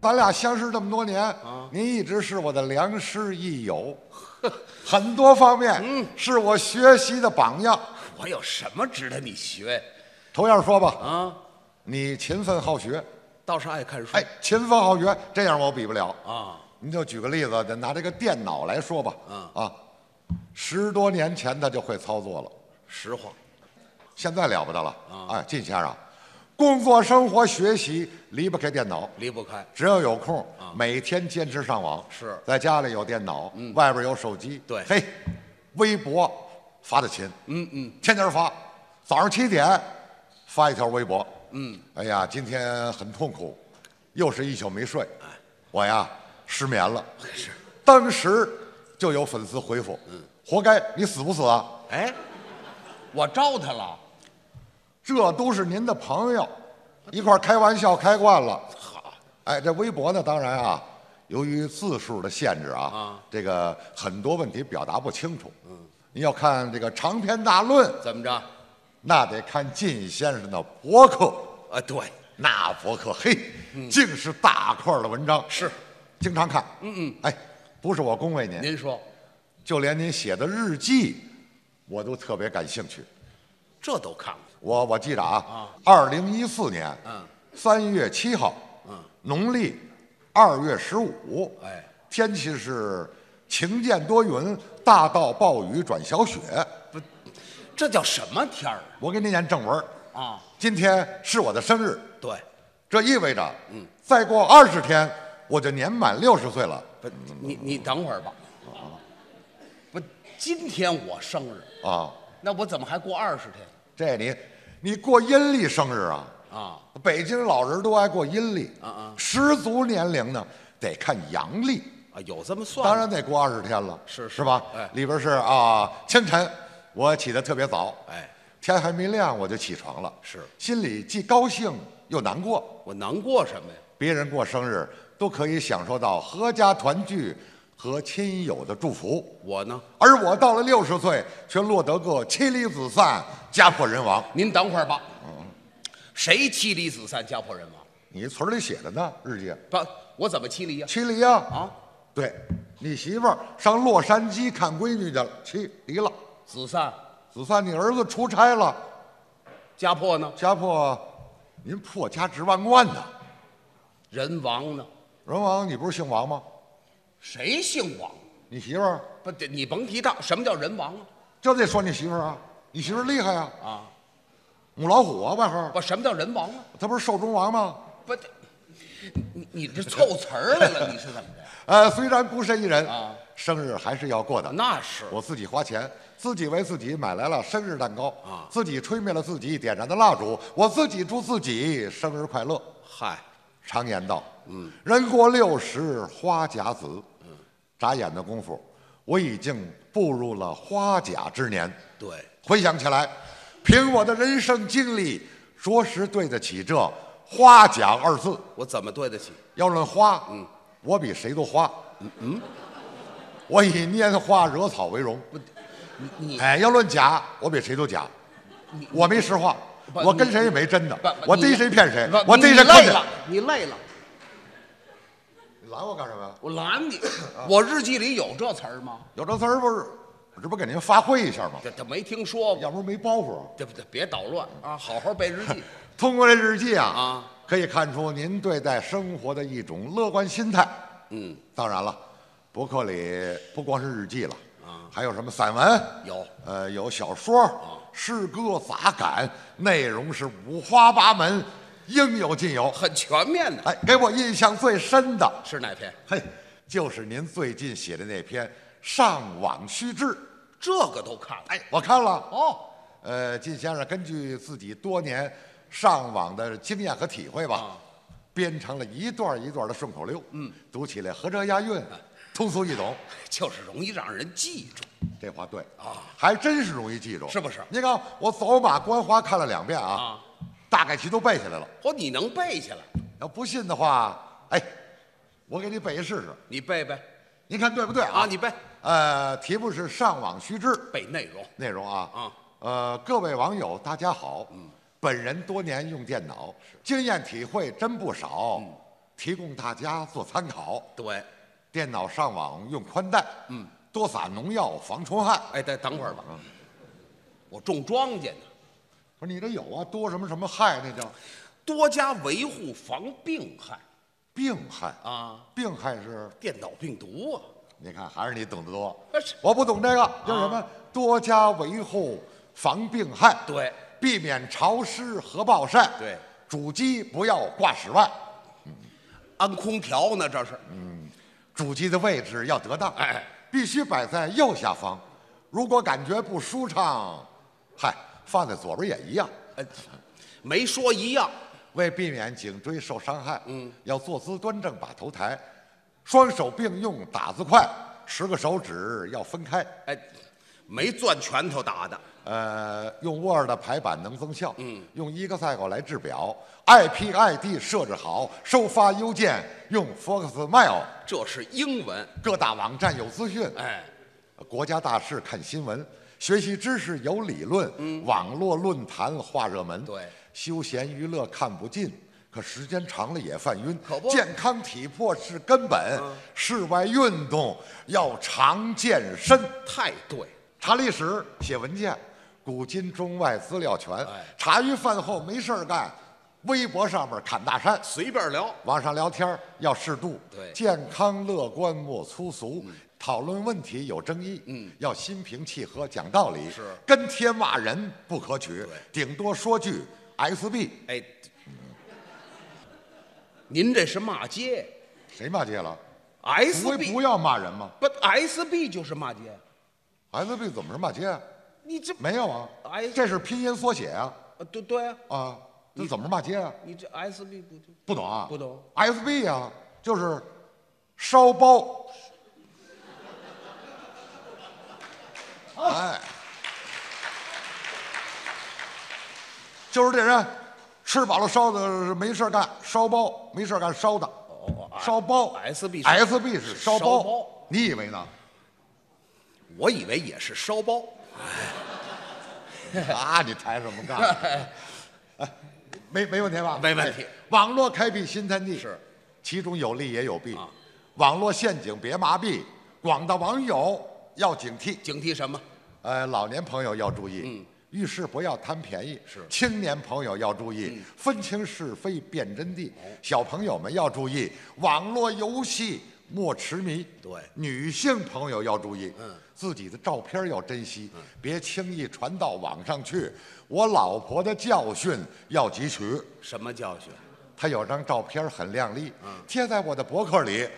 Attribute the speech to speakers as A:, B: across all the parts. A: 咱俩相识这么多年，您一直是我的良师益友，很多方面，是我学习的榜样。
B: 我有什么值得你学
A: 头样说吧，
B: 啊？
A: 你勤奋好学，
B: 倒是爱看书。
A: 哎，勤奋好学，这样我比不了。
B: 啊，
A: 您就举个例子，拿这个电脑来说吧，
B: 嗯
A: 啊，十多年前他就会操作了，
B: 实话，
A: 现在了不得了。哎，靳先生，工作、生活、学习离不开电脑。
B: 离不开。
A: 只要有空，每天坚持上网。
B: 啊是嗯
A: 在家里有电脑，外边有手机。
B: 对
A: 嘿，微博发的勤，
B: 嗯嗯，
A: 天天发。早上七点发一条微博，嗯，哎呀，今天很痛苦，又是一宿没睡，我呀失眠了。
B: 哎是。
A: 当时就有粉丝回复，嗯，活该，你死不死啊？
B: 哎，我招他了。
A: 这都是您的朋友，一块儿开玩笑开惯了。
B: 好，
A: 哎，这微博呢，当然啊，由于字数的限制啊，
B: 啊
A: 这个很多问题表达不清楚。嗯，您要看这个长篇大论，
B: 怎么着？啊，
A: 那得看靳先生的博客。
B: 啊对，
A: 那博客嘿，竟是大块儿的文章，
B: 是。
A: 经常看。嗯嗯。哎，不是我恭维您，
B: 您说，
A: 就连您写的日记，我都特别感兴趣。
B: 这都看过。
A: 我我记着啊，二零一四年，
B: 嗯，
A: 三月七号，嗯，农历二月十五，
B: 哎，
A: 天气是晴见多云，大到暴雨转小雪。
B: 这叫什么天儿
A: 我给你念正文儿，
B: 啊啊？
A: 今天是我的生日，
B: 对，
A: 这意味着，嗯，再过二十天我就年满六十岁了。
B: 不，你你等会儿吧。不，今天我生日，
A: 啊，
B: 那我怎么还过二十天
A: 这你，你过阴历生日啊？
B: 啊？
A: 北京老人都爱过阴历，
B: 啊啊
A: 十足年龄呢得看阳历。
B: 啊，有这么算的？
A: 当然得过二十天了，
B: 是
A: 是
B: 是
A: 吧？
B: 哎
A: 里边是啊，清晨我起得特别早，
B: 哎，
A: 天还没亮我就起床了，
B: 是
A: 心里既高兴又难过。
B: 我难过什么呀？
A: 别人过生日都可以享受到阖家团聚和亲友的祝福，
B: 我呢？
A: 而我到了六十岁却落得个妻离子散、家破人亡。
B: 您等会儿吧。谁妻离子散、家破人亡？
A: 你村里写的呢，日记
B: 不，我怎么妻离呀？
A: 妻离呀、
B: 啊，
A: 对你媳妇儿上洛杉矶看闺女去了，妻离了。
B: 子散、
A: 子散，你儿子出差了。
B: 家破呢？
A: 家破，您破家值万贯呐！
B: 人亡呢？
A: 人王，你不是姓王吗？
B: 谁姓王？
A: 你媳妇儿，
B: 不，这你甭提他，什么叫人亡啊？
A: 这得说你媳妇儿啊，你媳妇儿厉害啊，
B: 啊，
A: 母老虎啊，外号，
B: 不，什么叫人亡啊？
A: 她不是寿终王吗？
B: 不，这你你这凑词儿来 了，你是怎么着？
A: 呃，虽然孤身一人
B: 啊，
A: 生日还是要过的。
B: 那是
A: 我自己花钱，自己为自己买来了生日蛋糕
B: 啊
A: 自己吹灭了自己点燃的蜡烛，我自己祝自己生日快乐。
B: 嗨，
A: 常言道，嗯，人过六十花甲子，嗯，眨眼的功夫，我已经步入了花甲之年。
B: 对，
A: 回想起来，凭我的人生经历，着实对得起这“花甲”二字。
B: 我怎么对得起？
A: 要论花，嗯，我比谁都花，嗯嗯，我以拈花惹草为荣。
B: 你你
A: 哎，要论假，我比谁都假，我没实话，
B: 不
A: 我跟
B: 你
A: 谁也没真的
B: 不，不
A: 我
B: 你
A: 逮谁骗谁
B: 不，
A: 我
B: 你
A: 逮谁
B: 你累
A: 坑谁
B: 了。，你累了，
A: 你拦我干什么呀？
B: 我拦 你。我日记里有这词儿吗？
A: 有这词儿不是，我这不给您发挥一下吗？
B: 这这没听说过。
A: 要不没包袱。
B: 这这别捣乱啊！好好背日记。
A: 通过这日记啊，
B: 啊
A: 可以看出您对待生活的一种乐观心态。
B: 嗯，
A: 当然了，博客里不光是日记了，啊，还有什么散文，
B: 有
A: 呃，有啊小说，诗歌、杂感，内容是五花八门，应有尽有。
B: 很全面的。
A: 哎，给我印象最深的，
B: 是哪篇？
A: 嘿，就是您最近写的那篇《上网须知》。
B: 这个都看了。
A: 哎，我看了。
B: 哦，
A: 呃，靳先生根据自己多年上网的经验和体会吧，
B: 啊
A: 编成了一段一段的顺口溜，嗯，读起来合辙押韵，
B: 啊
A: 通俗易懂。
B: 就是容易让人记住。
A: 这话对
B: 啊，
A: 还真是容易记住，
B: 是不是
A: 你看我走马观花看了两遍啊，
B: 啊
A: 大概其都背下来了。
B: 哦，你能背下来？
A: 要不信的话，哎，我给你背一试试，
B: 你背背
A: 您看对不对啊？
B: 啊！你背
A: 呃，题目是上网须知。
B: 背内容。
A: 内容啊，
B: 啊，
A: 呃，各位网友大家好，嗯，本人多年用电脑，经验体会真不少，提供大家做参考。
B: 对，
A: 电脑上网用宽带，嗯，多撒农药防虫害。
B: 哎，再等会儿吧，我种庄稼呢，
A: 不是你这有啊？多什么什么害那叫
B: 多加维护防病害
A: 病害啊？
B: 啊，
A: 病害是？
B: 电脑病毒啊，
A: 你看还是你懂得多
B: 啊是，
A: 我不懂这个叫什么？多加维护防病害，
B: 对，
A: 避免潮湿和暴晒，
B: 对，
A: 主机不要挂室外，
B: 安空调呢这是，
A: 主机的位置要得当，
B: 哎，
A: 必须摆在右下方。如果感觉不舒畅，嗨，放在左边也一样。
B: 哎，没说一样，
A: 为避免颈椎受伤害，嗯，要坐姿端正，把头抬，双手并用打字快，十个手指要分开。
B: 哎，没攥拳头打的，
A: 呃，用 Word 排版能增效，嗯，用 Excel 来制表，IP、ID 设置好，收发邮件用 Foxmail。
B: 这是英文，
A: 各大网站有资讯，
B: 哎，
A: 国家大事看新闻，学习知识有理论，网络论坛话热门，
B: 嗯对
A: 休闲娱乐看不尽，可时间长了也犯晕，
B: 可不嗯
A: 健康体魄是根本，室外运动要常健身，
B: 太对，
A: 查历史、写文件，古今中外资料全，
B: 哎
A: 茶余饭后没事儿干，微博上面侃大山，
B: 随便聊，
A: 网上聊天儿要适度，
B: 对嗯
A: 健康乐观莫粗俗，讨论问题有争议，嗯，要心平气和讲道理，
B: 是
A: 跟贴骂人不可取，顶多说句 SB，
B: 哎，您这是骂街
A: 谁骂街了？不
B: ，SB
A: 不要骂人吗
B: 不 SB 就是骂街，
A: ？SB 怎么是骂街啊？
B: 你这
A: 没有啊
B: 哎，
A: 这是拼音缩写啊
B: 呃对对啊，
A: 啊，这怎么是骂街啊？
B: 你这 SB 不就
A: 不懂啊？
B: 不懂。
A: SB 啊，就是烧包。
B: 哦
A: 哎，就是这人吃饱了烧的，没事儿干烧包，没事儿干烧的，
B: 哦哎
A: 烧包。
B: SB 是
A: SB 是烧
B: 烧包
A: 你以为呢？
B: 我以为也是烧包，
A: 啊，你抬什么杠？哎， 没没问题吧？
B: 没问题
A: 哎网络开辟新天地
B: 是，
A: 其中有利也有弊
B: 啊。
A: 网络陷阱别麻痹，广大网友要警惕。
B: 警惕什么？
A: 呃，老年朋友要注意，遇事不要贪便宜。
B: 嗯是嗯
A: 青年朋友要注意，分清是非辨真
B: 哦
A: 谛。小朋友们要注意，网络游戏莫痴迷。
B: 对嗯
A: 女性朋友要注意，自己的照片要珍惜，别轻易传到网上去。我老婆的教训要汲取，
B: 什么教训？
A: 她有张照片很靓丽，
B: 嗯
A: 贴在我的博客里，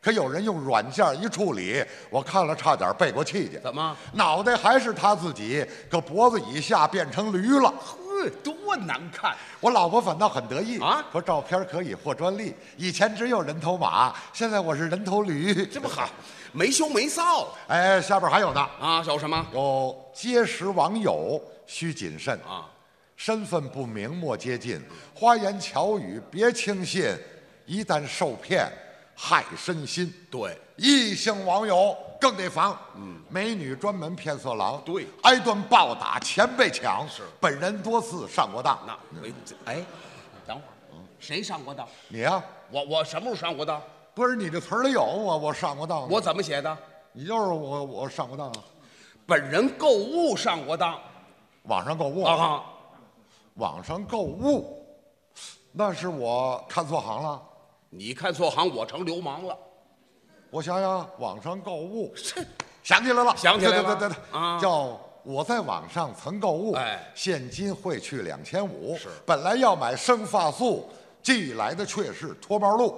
A: 可有人用软件一处理，我看了差点背过气去。
B: 怎么？
A: 脑袋还是她自己，可脖子以下变成驴了。
B: 呵，多难看！
A: 我老婆反倒很得意
B: 啊
A: 说照片可以获专利，以前只有人头马，现在我是人头驴。
B: 这不好，没羞没臊
A: 哎，下边还有呢。
B: 啊！有什么
A: 有结识网友需谨慎，
B: 啊？
A: 身份不明莫接近，花言巧语别轻信，一旦受骗害身心。
B: 对，
A: 异性网友更得防，嗯，美女专门骗色狼，
B: 对
A: 挨顿暴打，钱被抢，
B: 是
A: 本人多次上过当。
B: 那没这哎，等会儿，谁上过当？
A: 你啊，
B: 我我什么时候上过当？
A: 不是你这词儿里有我，我上过当，
B: 我怎么写的？
A: 你就是我，我上过当啊，
B: 本人购物上过当
A: 网上购物，
B: 啊！
A: 网上购物，那是我看错行了。
B: 你看错行，我成流氓了。
A: 我想想，网上购物，想起来了，
B: 想起来了
A: 对对对对对
B: 啊
A: 叫我在网上曾购物，
B: 哎
A: 现金汇去两千五，
B: 是
A: 本来要买生发素，寄来的却是脱毛露。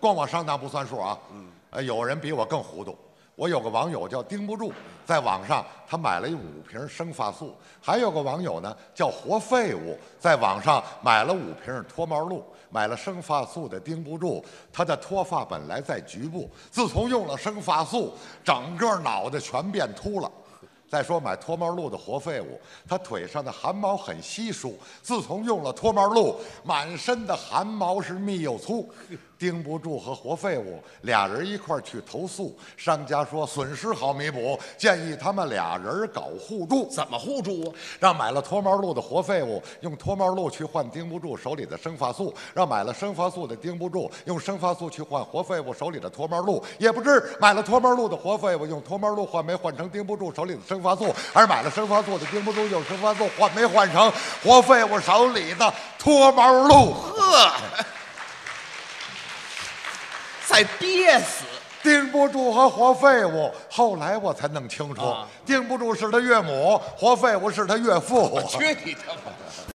A: 逛网上当不算数啊，嗯，呃，有人比我更糊涂。我有个网友叫盯不住，在网上他买了一五瓶生发素，还有个网友呢叫活废物，在网上买了五瓶脱毛露，买了生发素的盯不住，他的脱发本来在局部，自从用了生发素，整个脑袋全变秃了。 再说买脱毛露的活废物，他腿上的汗毛很稀疏，自从用了脱毛露，满身的汗毛是密又粗。盯不住和活废物俩人一块儿去投诉，商家说损失好弥补，建议他们俩人搞互助。
B: 怎么互助啊？
A: 让买了脱毛露的活废物用脱毛露去换盯不住手里的生发素，让买了生发素的盯不住用生发素去换活废物手里的脱毛露，也不知买了脱毛露的活废物用脱毛露换没换成盯不住手里的生发素，而买了生发素的盯不住用生发素换没换成活废物手里的脱毛露。
B: 呵，再憋死。
A: 盯不住和活废物，后来我才弄清楚，
B: 啊
A: 盯不住是他岳母，活废物是他岳父。
B: 去你的吧！